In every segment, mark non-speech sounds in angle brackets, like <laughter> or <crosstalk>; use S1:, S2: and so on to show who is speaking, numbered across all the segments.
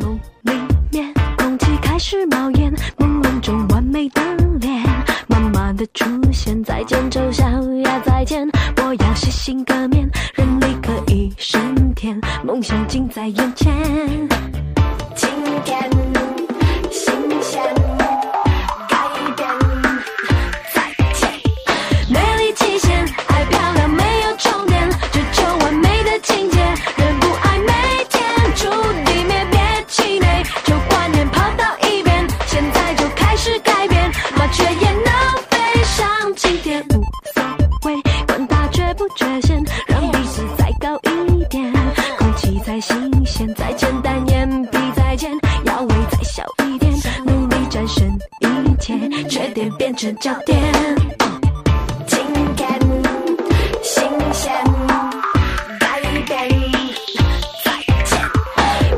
S1: 梦里面，空气开始冒烟，朦胧中完美的脸，慢慢的出现。再见，丑小鸭，再见，我要洗心革面，人力可以升天，梦想近在眼前。今天，新鲜，改变，再见。美丽极限，爱漂亮没有终点，追求完美的境界，人不爱每天注定灭，别气馁，旧观念抛到一边，现在就开始改变，麻雀也能飞上青天，无所谓，管它缺不缺陷，让鼻子再高一点，空气再新鲜，再简单，眼皮再尖，腰围再小一点，努力战胜一切，缺点变成焦点。今天新鲜，改变，再见。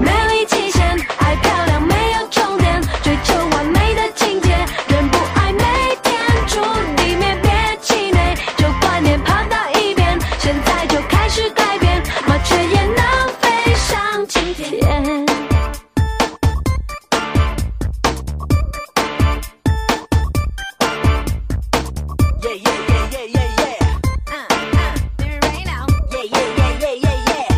S1: 美丽极限，爱漂亮没有终点，追求完美的境界，人不爱每天注定灭，别气馁，旧观念抛到一边，现在就开始改变，麻雀也能飞上青天。
S2: Yeah, yeah, yeah, yeah, yeah, yeah. Yeah, yeah, yeah, yeah, yeah, yeah.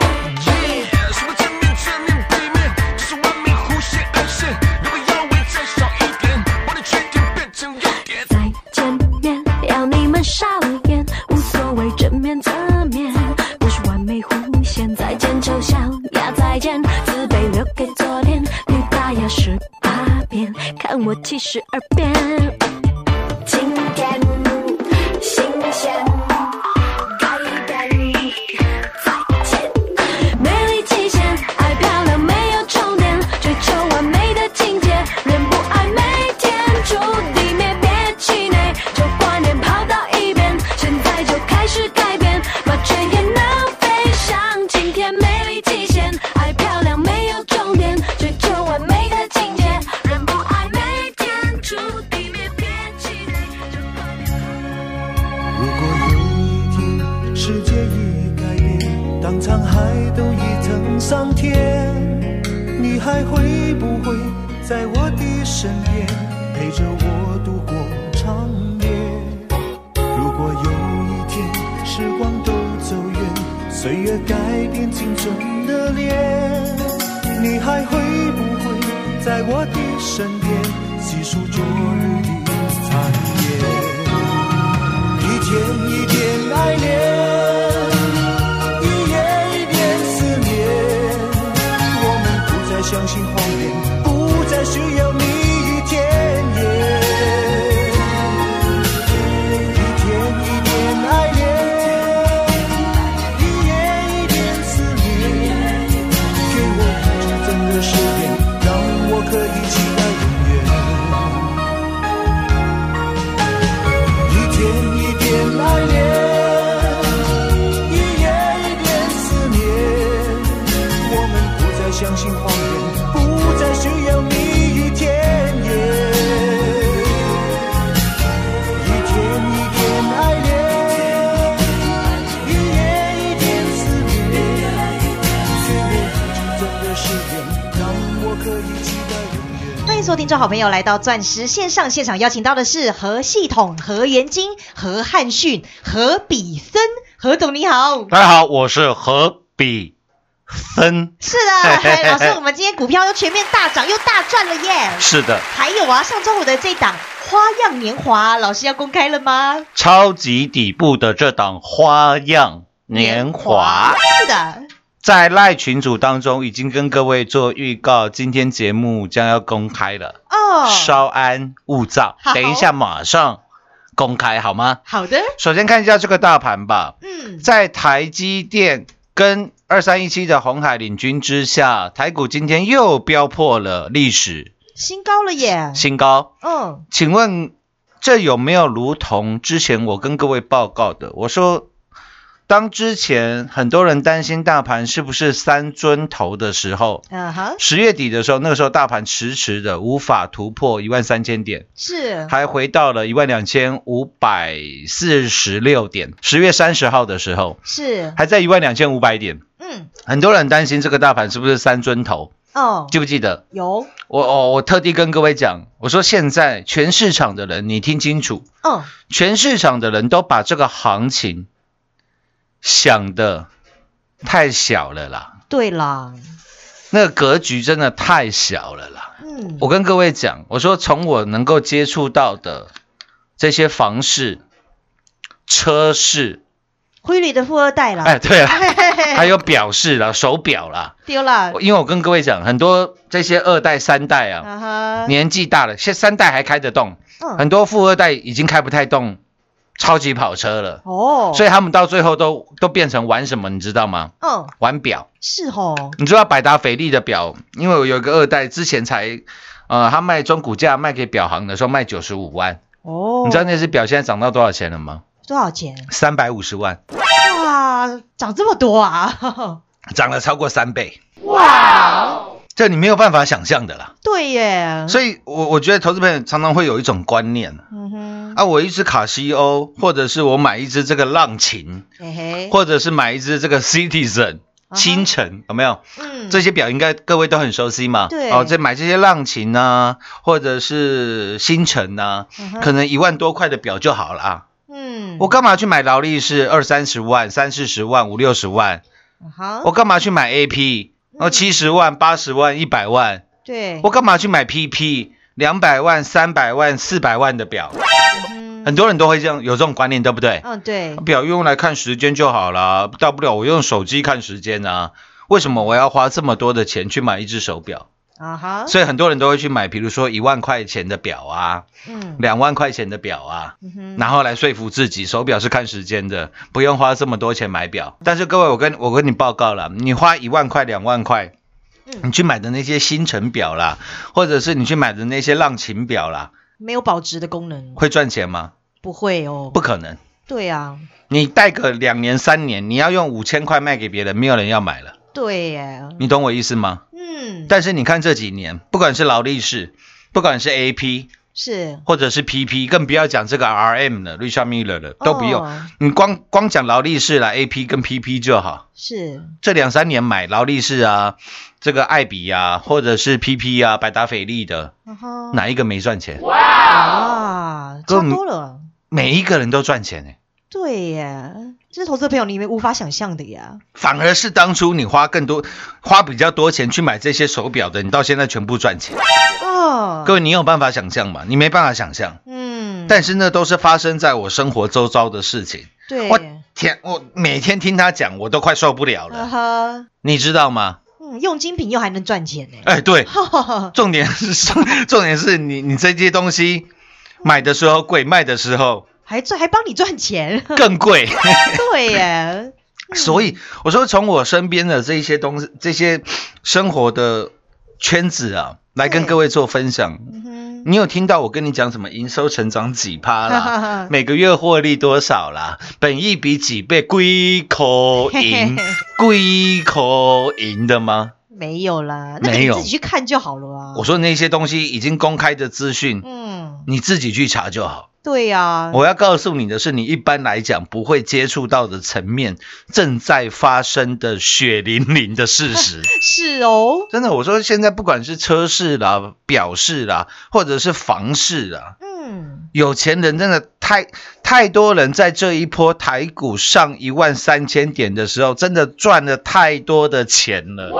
S3: 什么正面、正面、对面，就是完美弧线、暗线。如果腰围再少一点，把你缺点变成优点。
S1: 再见面，要你们傻了眼，无所谓正面侧面，不是完美弧线。再见丑小鸭，再见自卑留给昨天，你大牙十八变，看我七十二变。今天新鲜，改变。再见。美丽极限，爱漂亮没有终点，追求完美的境界，人不爱每天注定灭，别气馁，旧观念抛到一边，现在就开始改变，麻雀也能飞上青天。美丽极限，爱漂亮没有终点，追求完美的境界，人不爱每天注定灭，别气馁，旧观念。
S4: 如果有一天世界已改变，当沧海都已成桑田，你还会不会在我的身边，陪着我度过长夜？如果有一天时光都走远，岁月改变青春的脸，你还会不会在我的身边，细数昨日的残夜？一天一点爱恋，一夜一点思念。我们不再相信谎言，不再需要蜜语甜言。一天一点爱恋，一夜一点思念。给我纯真的誓言，让我可以期待永远。一天一点爱恋，一夜一点思念。我们不再相信谎言，不再需要蜜语甜言。一天一点爱恋，一夜一点思念。给我纯真的誓言，让我可以期待永远。
S5: 欢迎收听，众好朋友来到钻石线上现场，邀请到的是何系统、何元金、何汉逊、何比森，何总你好。
S6: 大家好，我是何比森。
S5: 是 <laughs> 的，哎老师，我们今天股票又全面大涨，又大赚了耶！
S6: 是的，
S5: 还有啊，上周五的这档《花样年华》，老师要公开了吗？
S6: 超级底部的这档花样年华，
S5: 是的，
S6: 在赖群组当中已经跟各位做预告，今天节目将要公开了，
S5: 哦，
S6: 稍安勿躁
S5: 好，
S6: 等一下马上公开好吗？
S5: 好的，
S6: 首先看一下这个大盘吧，
S5: 嗯，
S6: 在台积电跟二三一七的红海领军之下，台股今天又飙破了历史
S5: 新高了耶，
S6: 新高。
S5: 嗯，
S6: 请问这有没有如同之前我跟各位报告的？我说，当之前很多人担心大盘是不是三尊头的时候，
S5: 啊哈，
S6: 十月底的时候，那个时候大盘迟迟的无法突破一万三千点，
S5: 是，
S6: 还回到了一万两千五百四十六点。十月三十号的时候，
S5: 是，
S6: 还在一万两千五百点。
S5: 嗯，
S6: 很多人担心这个大盘是不是三尊头，
S5: 哦，
S6: 记不记得？
S5: 有，
S6: 我哦，我特地跟各位讲，我说现在全市场的人，你听清楚，
S5: 嗯，
S6: 全市场的人都把这个行情想的太小了啦，
S5: 对啦，
S6: 那个格局真的太小了啦。
S5: 嗯，
S6: 我跟各位讲，我说从我能够接触到的这些房市、车市，
S5: 辉瑞的富二代啦，
S6: 哎，对了， <laughs> 还
S5: 还
S6: 有表示啦、手表啦，
S5: 丢啦，
S6: 因为我跟各位讲，很多这些二代、三代啊，
S5: 啊哈，
S6: 年纪大了，现三代还开得动，
S5: 嗯，
S6: 很多富二代已经开不太动超级跑车了。
S5: 哦，
S6: 所
S5: 以，
S6: 以他们到最后都都变成玩什么，你知道吗？
S5: 嗯，
S6: 玩表。
S5: 是吼，
S6: 你知道百达翡丽的表，因为我有一个二代之前才，呃，他卖中古价卖给表行的时候卖九十五万，
S5: 哦，
S6: 你知道那只表现在涨到多少钱了吗？
S5: 多少钱？
S6: 三百五十万，
S5: 哇，涨这么多啊！ <laughs>
S6: 涨了超过三倍。
S5: 哦
S6: 哇！这你没有办法想象的啦。
S5: 对耶，
S6: 所以我我觉得投资朋友常常会有一种观念
S5: 嗯哼，
S6: 啊，我一只卡西欧，或者是我买一只这个浪琴，
S5: 嘿嘿，
S6: 或者是买一只这个 Citizen
S5: 啊哈
S6: 清晨，有没有？
S5: 嗯，
S6: 这些表应该各位都很熟悉嘛。
S5: 对
S6: 哦，这买这些浪琴啊，或者是星辰呐、
S5: 嗯
S6: 啊，
S5: 哼
S6: 可能一万多块的表就好了啊。
S5: 嗯，
S6: 我干嘛去买劳力士二三十万、三四十万、五六十万？
S5: 好，
S6: 我干嘛去买 AP？
S5: 嗯
S6: 哦，七十万、八十万、一百万？
S5: 对，
S6: 我干嘛去买 PP？两百万、三百万、四百万的表？
S5: 嗯
S6: 很多人都会这样有这种观念，对不对？
S5: 嗯对，
S6: 表用来看时间就好啦，大不了我用手机看时间啊。为什么我要花这么多的钱去买一只手表？
S5: 啊哈，
S6: 所以很多人都会去买，比如说一万块钱的表啊，
S5: 嗯
S6: 两万块钱的表啊，
S5: 嗯哼，
S6: 然后来说服自己手表是看时间的，不用花这么多钱买表。但是各位，我跟我跟你报告了，你花一万块、两万块
S5: 嗯。
S6: 你去买的那些星辰表啦，或者是你去买的那些浪琴表啦，
S5: 没有保值的功能，
S6: 会赚钱吗？
S5: 不会哦，
S6: 不可能。
S5: 对啊，
S6: 你戴个两年三年，你要用五千块卖给别人，没有人要买了，
S5: 对耶，
S6: 你懂我意思吗？
S5: 嗯，
S6: 但是你看这几年，不管是劳力士，不管是 AP，
S5: 是
S6: 或者是 PP，更不要讲这个 RM 了，Richard Miller 了，都不用。
S5: 哦
S6: 你光光讲劳力士啦，AP 跟 PP 就好。
S5: 是，
S6: 这两三年买劳力士啊，这个艾比啊，或者是 PP 啊，百达翡丽的，
S5: 啊哈，
S6: 哪一个没赚钱？
S5: 啊，差
S6: 根本
S5: 多了，
S6: 每一个人都赚钱哎、
S5: 对耶，这是投资朋友你们无法想象的呀，
S6: 反而是当初你花更多、花比较多钱去买这些手表的，你到现在全部赚钱。
S5: 哦，
S6: 各位，你有办法想象吗？你没办法想象。
S5: 嗯，
S6: 但是那都是发生在我生活周遭的事情。
S5: 对，
S6: 我天，我每天听他讲，我都快受不了
S5: <laughs> 啊
S6: 了，
S5: 哈，
S6: 你知道吗？
S5: 嗯，用精品又还能赚钱呢， <laughs>
S6: 哎，对，
S5: 哈哈哈。
S6: 重点是重点是你你这些东西买的时候贵，卖的时候
S5: 还赚还帮你赚钱， <laughs>
S6: 更贵， <laughs>
S5: 对耶，
S6: 所以我说从我身边的这一些东西，这些生活的圈子啊，来跟
S5: 对
S6: 各位做分享。
S5: 嗯，
S6: 你有听到我跟你讲什么营收成长几趴啦每个月获利多少啦，本益比几倍，归口
S5: 嘿嘿
S6: 赢
S5: 嘿，
S6: 归口赢的吗？
S5: 没有啦，那个
S6: 没
S5: 你
S6: 有
S5: 自己去看就好了啊。
S6: 我说那些东西已经公开的资讯，
S5: 嗯，
S6: 你自己去查就好。
S5: 对啊呀，
S6: 我要告诉你的是，你一般来讲不会接触到的层面，正在发生的血淋淋的事实。
S5: 是哦，
S6: 真的，我说现在不管是车市啦、表市啦，或者是房市啦，
S5: 嗯，
S6: 有钱人真的太太多人在这一波台股上一万三千点的时候，真的赚了太多的钱了。
S5: 是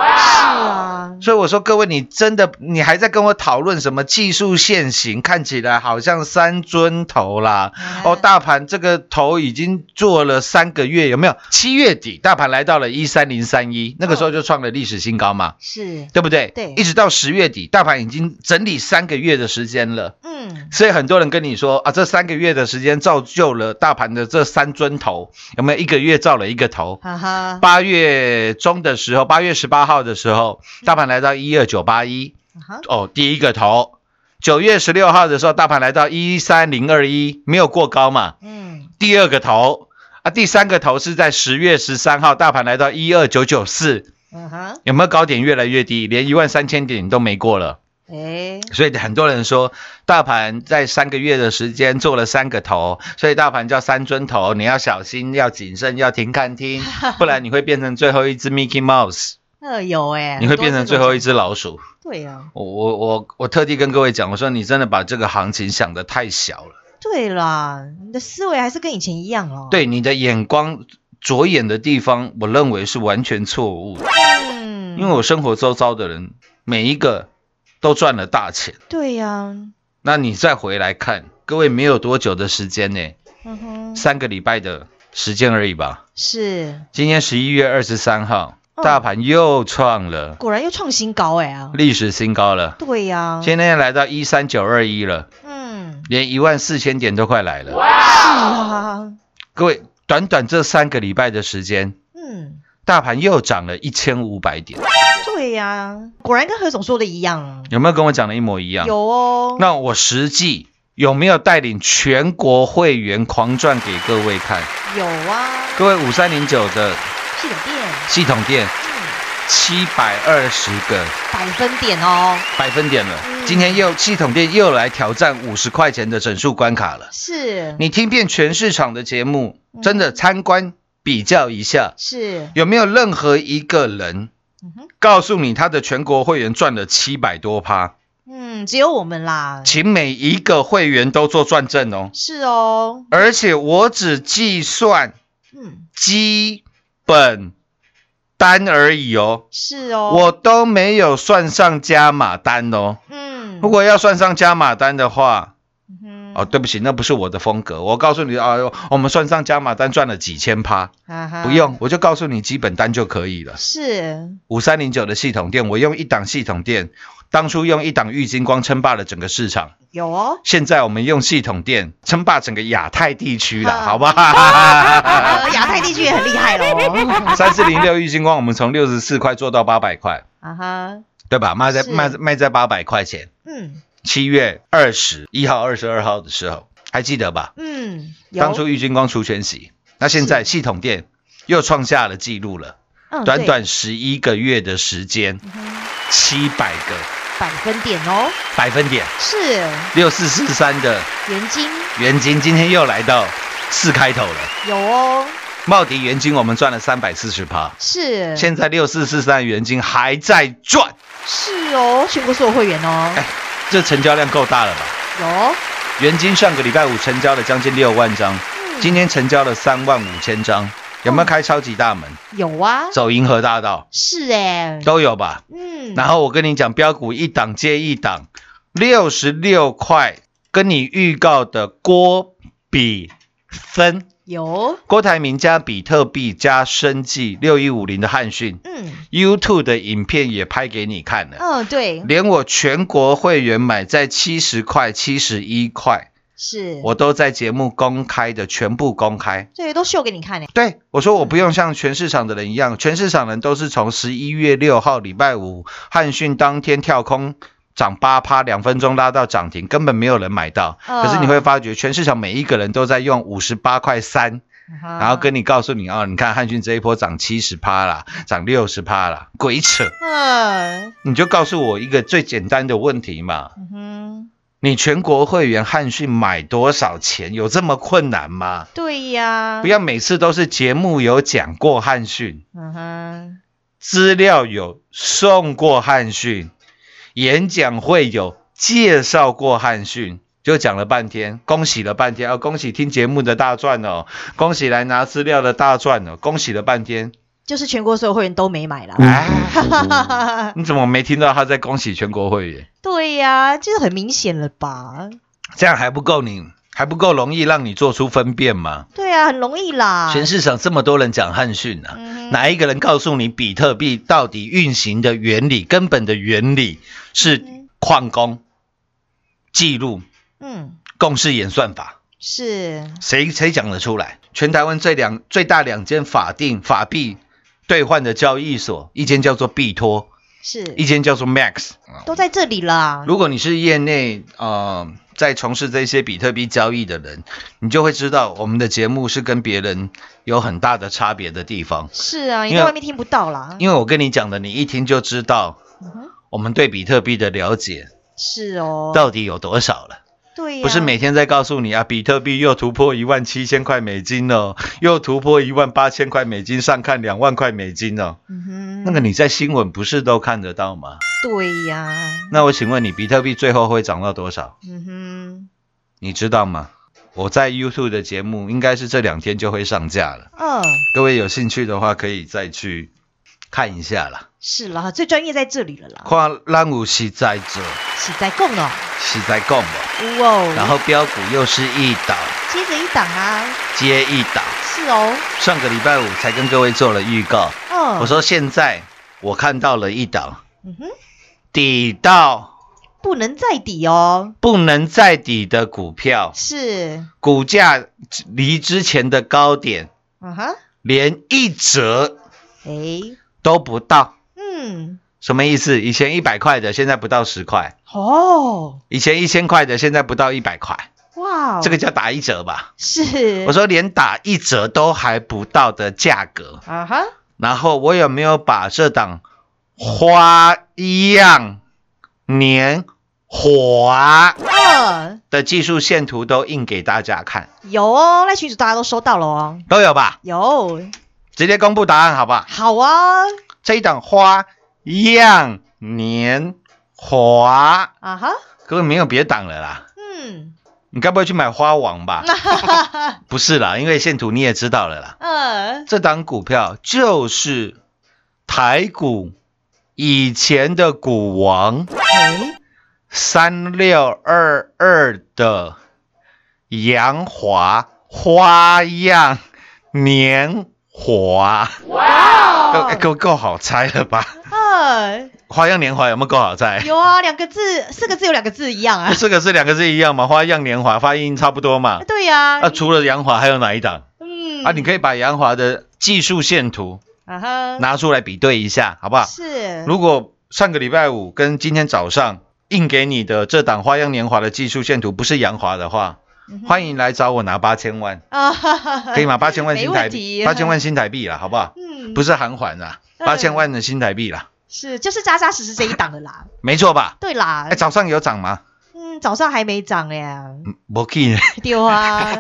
S5: 啊，
S6: 所以我说，各位，你真的你还在跟我讨论什么技术线型？看起来好像三尊头啦。哦，大盘这个头已经做了三个月，有没有？七月底大盘来到了一三零三一，那个时候就创了历史新高嘛，
S5: 是，
S6: 对不对？
S5: 对
S6: 一直到十月底，大盘已经整理三个月的时间了。
S5: 嗯，
S6: 所以很多人跟你说啊，这三个月的时间造就了大盘的这三尊头，有没有一个月造了一个头？
S5: 哈哈，
S6: 八月中的时候，八月十八号的时候，大盘来到一二九八一，
S5: 哈
S6: 哦，第一个头。九月十六号的时候，大盘来到一三零二一，没有过高嘛，
S5: 嗯，
S6: 第二个头啊，第三个头是在十月十三号，大盘来到一二九九四，
S5: 嗯哼，
S6: 有没有高点越来越低，连一万三千点都没过了？
S5: 哎，
S6: 所以很多人说，大盘在三个月的时间做了三个头，所以大盘叫三尊头，你要小心，要谨慎，要停
S5: <laughs>
S6: 看听，不然你会变成最后一只 Mickey Mouse，
S5: 那有哎，
S6: 你会变成最后一
S5: 只，
S6: 只老鼠。
S5: 对啊呀，
S6: 我我我我特地跟各位讲，我说你真的把这个行情想得太小了，
S5: 对啦，你的思维还是跟以前一样哦，，
S6: 对你的眼光着眼的地方，我认为是完全错误的，
S5: 嗯，
S6: 因为我生活周遭的人每一个都赚了大钱。
S5: 对呀，
S6: 那你再回来看，各位没有多久的时间呢、
S5: 嗯哼，
S6: 三个礼拜的时间而已吧。
S5: 是，
S6: 今天十一月二十三号，
S5: 嗯
S6: 大盘又创了
S5: 果然又创新高哎啊，
S6: 历史新高了，
S5: 对呀，
S6: 今天来到一三九二一了，
S5: 嗯，
S6: 连一万四千点都快来了。
S5: 是啊，
S6: 各位，短短这三个礼拜的时间，
S5: 嗯，
S6: 大盘又涨了一千五百点，
S5: 对呀，果然跟何总说的一样，
S6: 有没有跟我讲的一模一样？
S5: 有。哦，
S6: 那我实际有没有带领全国会员狂赚给各位看？
S5: 有啊，
S6: 各位五三零九的
S5: 系统店，
S6: 系统店
S5: 嗯，
S6: 七百二十个
S5: 百分点哦，
S6: 百分点了
S5: 嗯。
S6: 今天又系统店又来挑战五十块钱的整数关卡了。
S5: 是
S6: 你听遍全市场的节目
S5: 嗯，
S6: 真的参观比较一下，
S5: 是，
S6: 有没有任何一个人
S5: 嗯哼，
S6: 告诉你他的全国会员赚了七百多趴？
S5: 嗯，只有我们啦，
S6: 请每一个会员都做转正哦，
S5: 是哦，
S6: 而且我只计算
S5: 嗯，
S6: 基本单而已哦，
S5: 是哦，
S6: 我都没有算上加码单哦。
S5: 嗯，
S6: 如果要算上加码单的话，
S5: 嗯哼
S6: 哦，对不起，那不是我的风格。我告诉你啊，我们算上加码单赚了几千趴，
S5: 哈啊哈
S6: 不用，我就告诉你基本单就可以了。
S5: 是，
S6: 五三零九的系统店，我用一档系统店，当初用一档玉金光称霸了整个市场，
S5: 有哦，
S6: 现在我们用系统店称霸整个亚太地区了，
S5: 啊
S6: 好不好？
S5: 呃亚太地区也很厉害哦喽，
S6: <laughs> 三四零六玉金光，我们从六十四块做到八百块，
S5: 啊哈，
S6: 对吧？卖在
S5: 是
S6: 卖卖在八百块钱。
S5: 嗯
S6: 七月二十一号、二十二号的时候，还记得吧？
S5: 嗯，有
S6: 当初玉金光除权息，那现在系统店又创下了纪录了。
S5: 嗯
S6: 短
S5: 对嗯
S6: 短十一个月的时间，七百个
S5: 百分点哦，
S6: 百分点，
S5: 是
S6: 六四四三的
S5: 元金
S6: 元金今天又来到四开头了。
S5: 有哦，
S6: 茂迪元金我们赚了三百四十趴，
S5: 是
S6: 现在六四四三元金还在赚，
S5: 是哦，全国所有会员哦，
S6: 哎，这成交量够大了吧？
S5: 有，
S6: 元金上个礼拜五成交了将近六万张，
S5: 嗯
S6: 今天成交了三万五千张，有没有开超级大门？
S5: 有啊，
S6: 走银河大道
S5: 是哎，
S6: 都有吧？
S5: 嗯，
S6: 然后我跟你讲，标股一档接一档，六十六块，跟你预告的郭比分，
S5: 有，
S6: 郭台铭加比特币加生技六一五零的汉讯
S5: 嗯
S6: ，YouTube 的影片也拍给你看了，
S5: 嗯，对，
S6: 连我全国会员买在七十块、七十一块，
S5: 是，
S6: 我都在节目公开的，全部公开。
S5: 对都秀给你看哎，
S6: 对，我说我不用像全市场的人一样，全市场人都是从十一月六号礼拜五汉讯当天跳空涨八趴，两分钟拉到涨停，根本没有人买到。可是你会发觉，全市场每一个人都在用五十八块三，然
S5: 然
S6: 后跟你告诉你哦，你看汉讯这一波涨七十趴啦，涨六十趴啦，鬼扯！
S5: 嗯
S6: 你就告诉我一个最简单的问题嘛，
S5: 嗯哼，
S6: 你全国会员汉讯买多少钱？有这么困难吗？
S5: 对呀，
S6: 不，要每次都是节目有讲过汉讯。
S5: 嗯哼，
S6: 资料有送过汉讯，演讲会有介绍过汉讯，就讲了半天，恭喜了半天哦，恭喜听节目的大赚哦，恭喜来拿资料的大赚哦，恭喜了半天，
S5: 就是全国所有会员都没买啦。
S6: 哎，啊你怎么没听到他在恭喜全国会员？
S5: 对呀、就是很明显了吧？
S6: 这样还不够你，还不够容易让你做出分辨吗？
S5: 对啊，很容易啦。
S6: 全市场这么多人讲汉讯啊，
S5: 嗯哼
S6: 哪一个人告诉你比特币到底运行的原理、根本的原理是矿工记录、
S5: 嗯
S6: 共识演算法，
S5: 是
S6: 谁谁讲得出来？全台湾最两最大两间法定法币兑换的交易所，一间叫做币托，一
S5: 是，
S6: 间叫做 Max。
S5: 都在这里啦。
S6: 如果你是业内呃在从事这些比特币交易的人，你就会知道我们的节目是跟别人有很大的差别的地方。
S5: 是啊，你
S6: 因为
S5: 在外面听不到啦。
S6: 因为我跟你讲的，你一听就知道
S5: 嗯哼
S6: 我们对比特币的了解
S5: 是哦，
S6: 到底有多少了。
S5: 对呀，啊
S6: 不是每天在告诉你啊，比特币又突破一万七千块美金了，又突破一万八千块美金，上看两万块美金了。
S5: 嗯哼
S6: 那个你在新闻不是都看得到吗？
S5: 对呀，
S6: 那我请问你，比特币最后会涨到多少？
S5: 嗯哼。
S6: 你知道吗？我在 YouTube 的节目应该是这两天就会上架了，
S5: 嗯，
S6: 各位有兴趣的话可以再去看一下啦。
S5: 是啦，最专业在这里了啦，
S6: 看让有实在做，
S5: 是在供哦，
S6: 实在讲哦，
S5: 哇哦，
S6: 然后标股又是一档
S5: 接着一档啊，
S6: 接一档。
S5: 是哦，
S6: 上个礼拜五才跟各位做了预告，
S5: 嗯，
S6: 我，说现在我看到了一档
S5: 嗯哼，
S6: 底到
S5: 不能再抵哦，
S6: 不能再底的股票，
S5: 是，
S6: 股价离之前的高点
S5: 嗯哼，
S6: 连一折
S5: 诶，
S6: 都不到，
S5: 嗯，
S6: 什么意思？以前一百块的，现在不到十块；
S5: 哦，
S6: 以前一千块的，现在不到一百块，
S5: 哇哦，
S6: 这个叫打一折吧？
S5: 是，
S6: 我，说连打一折都还不到的价格，
S5: 啊哈，
S6: 然后我有没有把这档花样年华
S5: 嗯，
S6: 的技术线图都印给大家看？
S5: 有哦，那群主大家都收到了哦，
S6: 都有吧？
S5: 有，
S6: 直接公布答案好不好？
S5: 好啊，
S6: 这一档花样年华，
S5: 啊哈，
S6: 各位没有别档了啦。
S5: 嗯，
S6: 你该不会去买花王吧？不是啦，因为线图你也知道了啦。
S5: 嗯，
S6: 这档股票就是台股以前的股王
S5: 诶，
S6: 三六二二的杨华花样年华，够哎
S5: 哇，
S6: 够够好猜了吧？
S5: 嗯，
S6: 花样年华有没有够好猜？
S5: 有啊，两个字，四个字有两个字一样啊，
S6: <laughs> 这个是两个字一样嘛？花样年华发音差不多嘛？
S5: 对呀，
S6: 啊，除了杨华还有哪一档
S5: 嗯，
S6: 啊？你可以把杨华的技术线图
S5: 啊哈，
S6: 拿出来比对一下，好不好？
S5: 是，
S6: 如果上个礼拜五跟今天早上印给你的这档花样年华的技术线图不是杨华的话，
S5: 嗯
S6: 欢迎来找我拿八千万，
S5: 啊， <laughs> 哈哈哈
S6: 可以吗？八千万新台
S5: 没问
S6: 币，
S5: 题
S6: 八千万新台币啦，好不好？
S5: 嗯，
S6: 不是韩环啦，
S5: 嗯
S6: 八千万的新台币啦，
S5: 是，就是扎扎实实这一档的
S6: <laughs>
S5: 啦，
S6: 没错吧？
S5: 对啦
S6: 哎，，早嗯上有涨吗？
S5: 嗯，早上还没涨哎，
S6: 没去呢， <laughs>
S5: 丢啊，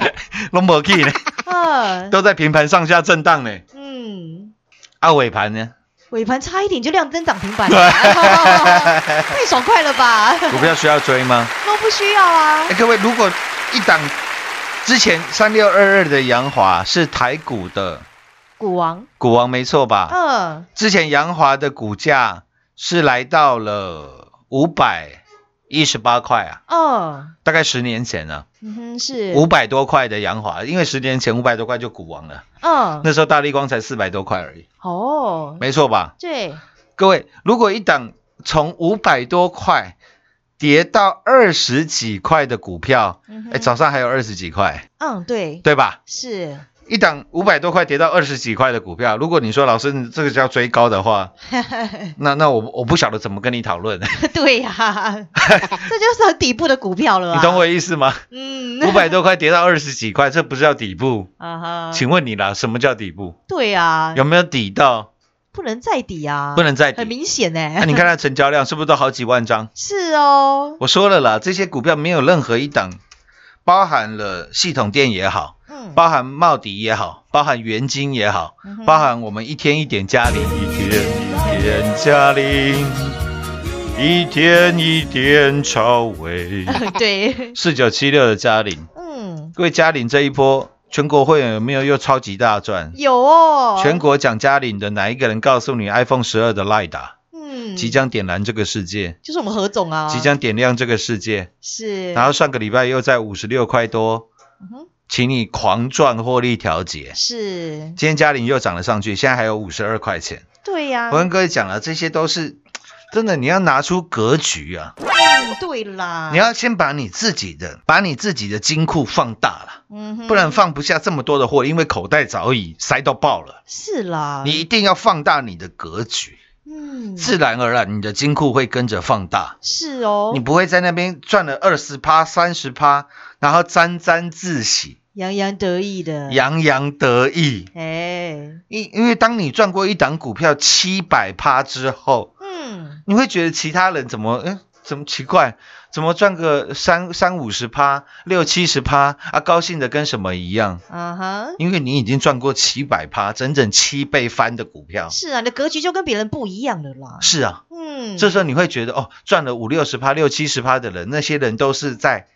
S6: 都没去呢，
S5: 嗯
S6: 都在平盘上下震荡呢。
S5: 嗯，
S6: 啊，尾盘呢？
S5: 尾盘差一点就亮灯涨停板了， <laughs> 太爽快了吧？
S6: 股票需要追吗？
S5: 都不需要啊
S6: 哎、，各位，如果一档之前三六二二的杨华是台股的
S5: 股王，
S6: 股王，没错吧？
S5: 嗯，
S6: 之前杨华的股价是来到了五百一十八块啊，
S5: 嗯，
S6: 大概十年前了，
S5: 嗯哼，是，
S6: 五百多块的杨华，因为十年前五百多块就股王了，
S5: 嗯，
S6: 那时候大力光才四百多块而已，
S5: 哦，
S6: 没错吧？
S5: 对，
S6: 各位，如果一档从五百多块跌到二十几块的股票，
S5: 嗯
S6: 哎、
S5: 哼
S6: 早上还有二十几块，
S5: 嗯，对，
S6: 对吧？
S5: 是，
S6: 一档五百多块跌到二十几块的股票，如果你说老师你这个叫追高的话，
S5: <laughs>
S6: 那那我我不晓得怎么跟你讨论，你
S5: <laughs> 对呀、这就是很底部的股票了、啊，
S6: 懂我意
S5: <laughs>
S6: 思吗？
S5: 嗯，
S6: 五百多块跌到二十几块，这不是叫底部？
S5: 啊哈，
S6: 请问你啦，什么叫底部？
S5: 对呀、
S6: 有没有底到
S5: 不能再底啊，
S6: 不能再
S5: 嗯很
S6: 底？
S5: 明显哎、
S6: 那、你看它成交量是不是都好几万张？
S5: 是哦，
S6: 我说了啦，这些股票没有任何一档，包含了系统店也好，
S5: 嗯，
S6: 包含茂迪也好，包含元金也好，
S5: 嗯哼
S6: 包含我们一天一点加零，一天一点加零，一天一点超
S5: <laughs>
S6: 微，
S5: 嗯对，
S6: 四九七六的嘉玲，
S5: 嗯，
S6: 各位嘉玲这一波全国会员有没有又超级大赚？
S5: 有哦，
S6: 全，国讲嘉玲的哪一个人告诉你 iPhone 十二的赖达
S5: 嗯，
S6: 即将点燃这个世界，
S5: 就是我们何总啊，
S6: 即将点亮这个世界？
S5: 是，
S6: 然后上个礼拜又在五十六块多
S5: 嗯哼，
S6: 请你狂赚获利调节。
S5: 是，
S6: 今天嘉玲又涨了上去，现在还有五十二块钱。
S5: 对呀、嗯
S6: 我跟各位讲了，这些都是真的，你要拿出格局啊！
S5: 不对啦。
S6: 你要先把你自己的，把你自己的金库放大了，
S5: 嗯哼，
S6: 不然放不下这么多的货，因为口袋早已塞到爆了。
S5: 是啦，
S6: 你一定要放大你的格局，
S5: 嗯
S6: 自然而然你的金库会跟着放大。
S5: 是哦
S6: 你，不会在那边赚了二十趴、三十趴，然后沾沾自喜、
S5: 洋洋得意的，
S6: 洋洋得意。
S5: 哎，
S6: 因因为当你赚过一档股票七百趴之后，
S5: 嗯，
S6: 你会觉得其他人怎么，嗯，怎么奇怪，怎么赚个三三五十趴、六七十趴啊，高兴的跟什么一样？
S5: 啊哈，
S6: 因为你已经赚过七百趴，整整七倍翻的股票。
S5: 是啊，你的格局就跟别人不一样了啦。
S6: 是啊，
S5: 嗯，
S6: 这时候你会觉得哦，赚了五六十趴、六七十趴的人，那些人都是在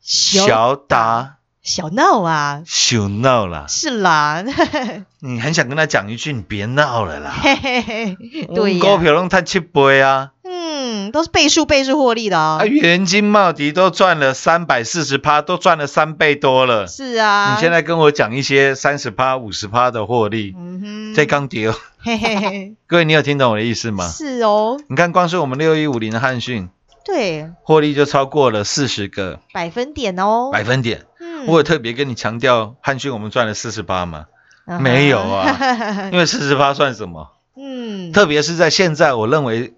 S6: 小打
S5: 小闹啊，
S6: 小闹啦。
S5: 是啦， <laughs>
S6: 你很想跟他讲一句，你别闹了啦。
S5: 嘿嘿嘿，对
S6: 股
S5: 呀，
S6: 嗯票拢赚七倍啊，
S5: 嗯，都是倍数倍数获利的哦
S6: 啊，。元金茂迪都赚了三百四十趴，都赚了三倍多了。
S5: 是啊，
S6: 你现，在跟我讲一些三十趴、五十趴的获利，
S5: 嗯哼，
S6: 这，刚跌哦。
S5: 嘿嘿嘿，
S6: 各位，你有听懂我的意思吗？
S5: 是哦，
S6: 你看，光是我们六一五零的汉讯，
S5: 对，
S6: 获利就超过了四十个
S5: 百分点哦，
S6: 百分点。
S5: 嗯，
S6: 我有特别跟你强调，汉讯我们赚了四十八嘛，
S5: 啊哈
S6: 没有啊，因为四十八算什么？
S5: 哎 <laughs> 嗯，
S6: 特别是在现在，我认为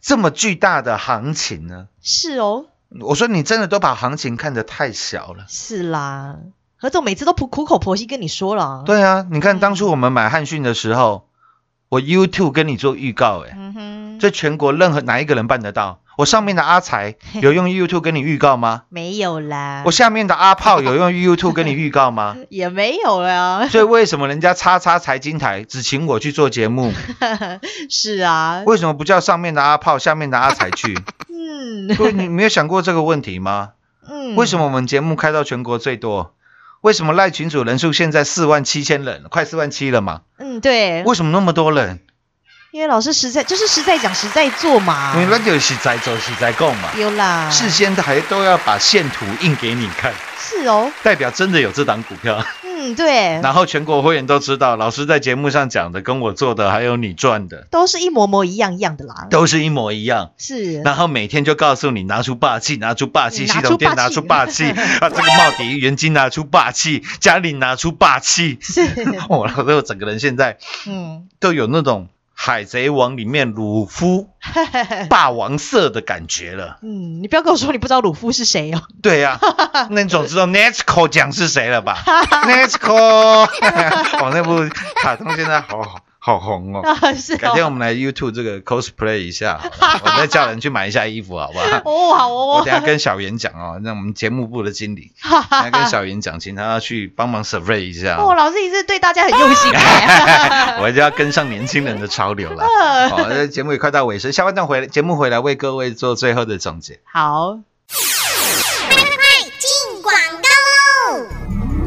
S6: 这么巨大的行情呢，
S5: 是哦，
S6: 我说你真的都把行情看得太小了。
S5: 是啦，何总每次都苦苦口婆心跟你说了啊，
S6: 对啊，你看当初我们买汉讯的时候，我 YouTube 跟你做预告、欸，
S5: 嗯哼，
S6: 这全国任何哪一个人办得到？我上面的阿才有用 YouTube 跟你预告吗？
S5: 没有啦，
S6: 我下面的阿炮有用 YouTube 跟你预告吗？
S5: 也没有啦， <laughs>
S6: 所以为什么人家叉叉财经台只请我去做节目？
S5: 嗯是啊，
S6: 为什么不叫上面的阿炮，下面的阿才
S5: <laughs>
S6: 去？
S5: 嗯
S6: 各位，你没有想过这个问题吗？
S5: 嗯，
S6: 为什么我们节目开到全国最多？为什么赖群主人数现在四万七千人，快四万七了嘛？
S5: 嗯，对，
S6: 为什么那么多人？
S5: 因为老师实在就是实在讲实在做嘛
S6: 因，为那就是在走，是在供嘛。
S5: 有啦，
S6: 事先还都要把线图印给你看，
S5: 是哦，
S6: 代表真的有这档股票。
S5: 嗯，对，
S6: 然后全国会员都知道，老师在节目上讲的，跟我做的，还有你赚的，
S5: 都是一模模一样样的啦，
S6: 都是一模一样。
S5: 是，
S6: 然后每天就告诉你拿出霸气，拿出霸
S5: 嗯
S6: 气，
S5: 嗯拿
S6: 系
S5: 出
S6: 统店拿
S5: 霸气
S6: 出
S5: <laughs>
S6: 霸气啊，这个茂迪元金拿出霸气，嘉玲拿出霸气。
S5: 是， <laughs>
S6: <laughs> 我老师，我整个人现在
S5: 嗯， <laughs>
S6: 都有那种《海贼王》里面鲁夫霸王色的感觉了。
S5: 嗯，你不要跟我说你不知道鲁夫是谁哦，
S6: 对呀、啊，那你总知道 Nesco 讲是谁了吧？Nesco，哦，那部卡通现在好好好红哦。
S5: <laughs> 啊，是
S6: 改天我
S5: 哦，
S6: 们来 YouTube 这个 cosplay 一下好了，我再叫人去买一下衣服，好不好？
S5: <laughs> 哦，好
S6: 我
S5: 哦，
S6: 等一下跟小袁讲哦，那我们节目部的经理，等一下跟小袁讲，请他去帮忙 survey 一下。
S5: 哦，老师你是对大家很用心
S6: <laughs>
S5: 哎
S6: 我就要跟上年轻人的潮流 <laughs> 了。好，哦这节目也快到尾声，下半段回来节目回来为各位做最后的总结。 <laughs>
S5: <laughs> 好。
S7: 进广告喽！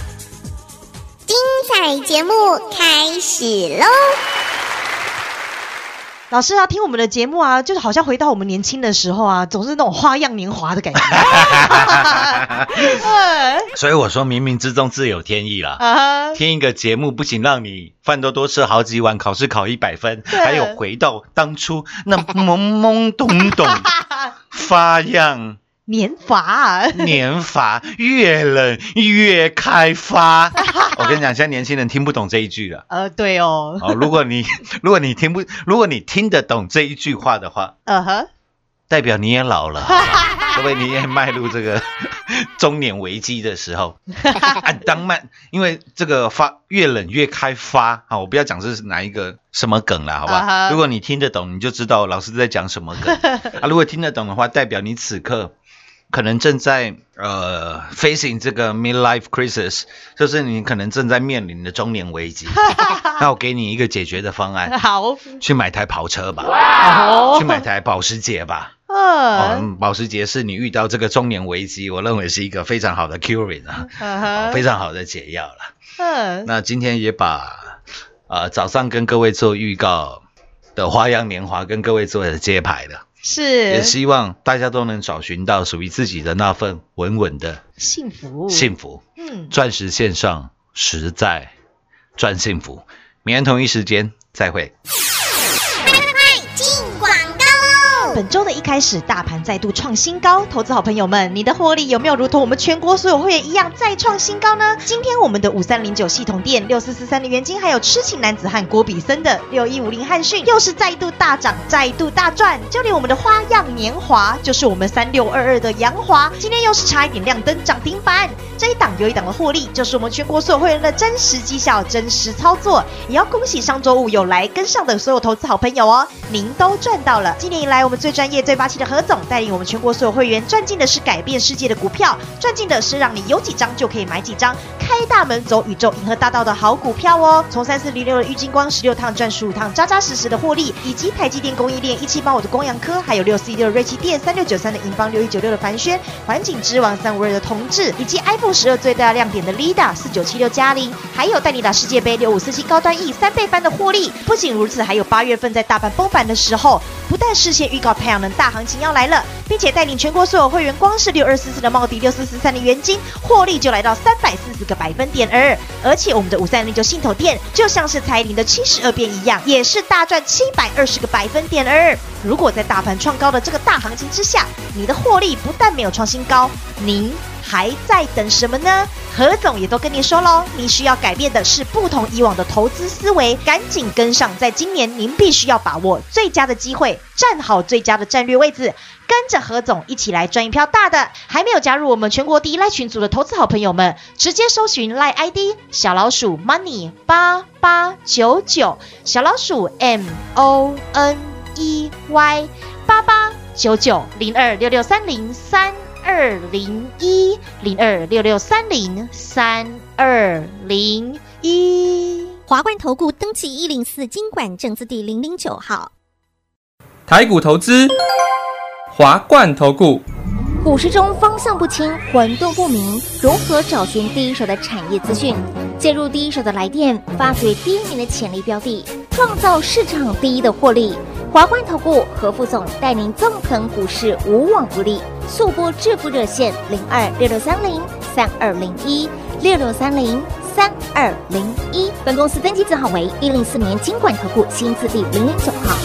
S7: 彩节目开始喽！
S5: 老师啊，听我们的节目啊，就是好像回到我们年轻的时候啊，总是那种花样年华的
S6: <laughs>
S5: 感觉。 <laughs> 哎
S6: 所以我说，冥冥之中自有天意啦。
S5: 啊哈，
S6: 听一个节目不仅让你饭都多吃好几碗，考试考一百分，还有回到当初那懵懵懂懂、发样
S5: 年华啊，
S6: 年华，越冷越开发。我跟你讲，现在年轻人听不懂这一句了。
S5: 呃，对哦，
S6: 哦，如果你 <laughs> 如果你听不，如果你听得懂这一句话的话，
S5: 呃呵， <laughs>
S6: 代表你也老了，好不好各位你也迈入这个中年危机的时候，啊，当慢，因为这个发越冷越开发啊，我不要讲是哪一个什么梗了，好吧
S5: 啊哈
S6: 如果你听得懂，你就知道老师在讲什么
S5: <laughs>
S6: 梗啊。如果听得懂的话，代表你此刻可能正在呃 facing 这个 midlife crisis，就是你可能正在面临的中年危
S5: <laughs>
S6: 机。那我给你一个解决的方案，
S5: 好，嗯
S6: 去买台跑车吧，
S5: 哦
S6: 去买台保时捷吧。
S5: 嗯，
S6: 嗯，保时捷是你遇到这个中年危机，我认为是一个非常好的 curing 啊，哦非常好的解药了。
S5: 嗯，
S6: 那今天也把呃早上跟各位做预告的《花样年华》跟各位做的揭牌了，也
S5: 是
S6: 希望大家都能找寻到属于自己的那份稳稳的
S5: 幸福，
S6: 幸福。
S5: 嗯，
S6: 钻石线上实在赚幸福，明天同一时间再会。
S7: 进广告喽！
S5: 本周的一开始，大盘再度创新高，投资好朋友们，你的获利有没有如同我们全国所有会员一样再创新高呢？今天我们的五三零九系统店、六四四三的元金，还有痴情男子汉郭比森的六一五零汉讯，又是再度大涨，再度大赚。就连我们的花样年华，就是我们三六二二的杨华，今天又是差一点亮灯涨停板。这一档有一档的获利，就是我们全国所有会员的真实绩效、真实操作。也要恭喜上周五有来跟上的所有投资好朋友哦，您都赚到了。今年以来，我们最专业、最霸气的何总带领我们全国所有会员赚进的是改变世界的股票，赚进的是让你有几张就可以买几张，开大门走宇宙、银河大道的好股票哦。从三四零六的郁金光十六趟赚十五趟，扎扎实实的获利，以及台积电供应链一七八五的光阳科，还有六四一六的瑞奇电、三六九三的银邦、六一九六的凡轩、环境之王三五二的同志，以及 iPhone 十二最大亮点的 Lida 四九七六加零，还有带你打世界杯六五四七高端 E 三倍翻的获利。不仅如此，还有八月份在大阪崩盘的时候，不但事先预告太阳能大行情要来了，并且带领全国所有会员，光是六二四四的茂迪、六四四三的元金，获利就来到三百四十个百分点二。而且我们的五三零九信投店，就像是彩铃的七十二变一样，也是大赚七百二十个百分点二。如果在大盘创高的这个大行情之下，你的获利不但没有创新高，您还在等什么呢？何总也都跟你说喽，你需要改变的是不同以往的投资思维，赶紧跟上，在今年您必须要把握最佳的机会，站好最佳的战略位置，跟着何总一起来赚一票大的。还没有加入我们全国第一赖群组的投资好朋友们，直接搜寻赖 ID 小老鼠 money 八八九九，小老鼠 M O N E Y 八八九九零二六六三零三二零一零二六六三零三二零一。
S7: 华冠投顾登记一零四经管证字第零零九号。
S8: 台股投资，华冠投顾，
S7: 股市中方向不清、混沌不明，如何找寻第一手的产业资讯？介入第一手的来电，发掘第一名的潜力标的，创造市场第一的获利。华冠投顾何副总带领纵横股市，无往不利。速播致富热线零二六六三零三二零一六六三零三二零一。本公司登记字号为一零四年经管投顾新字第零零九号。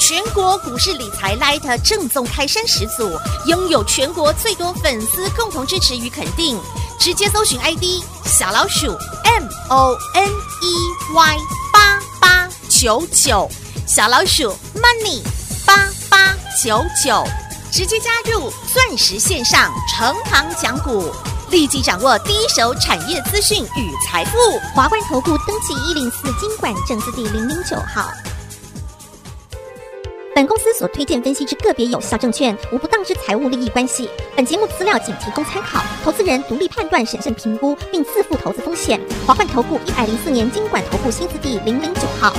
S9: 全国股市理财 Light 正宗开山始祖，拥有全国最多粉丝共同支持与肯定。直接搜寻 ID 小老鼠 M O N E Y 八八九九，小老鼠 Money 八八九九，直接加入钻石线上成堂讲股，立即掌握第一手产业资讯与财富。
S7: 华冠投顾登记一零四经管证字第零零九号。本公司所推荐分析之个别有效证券，无不当之财务利益关系。本节目资料仅提供参考，投资人独立判断、审慎评估，并自负投资风险。华冠投顾一百零四年经管投顾新字第零零九号。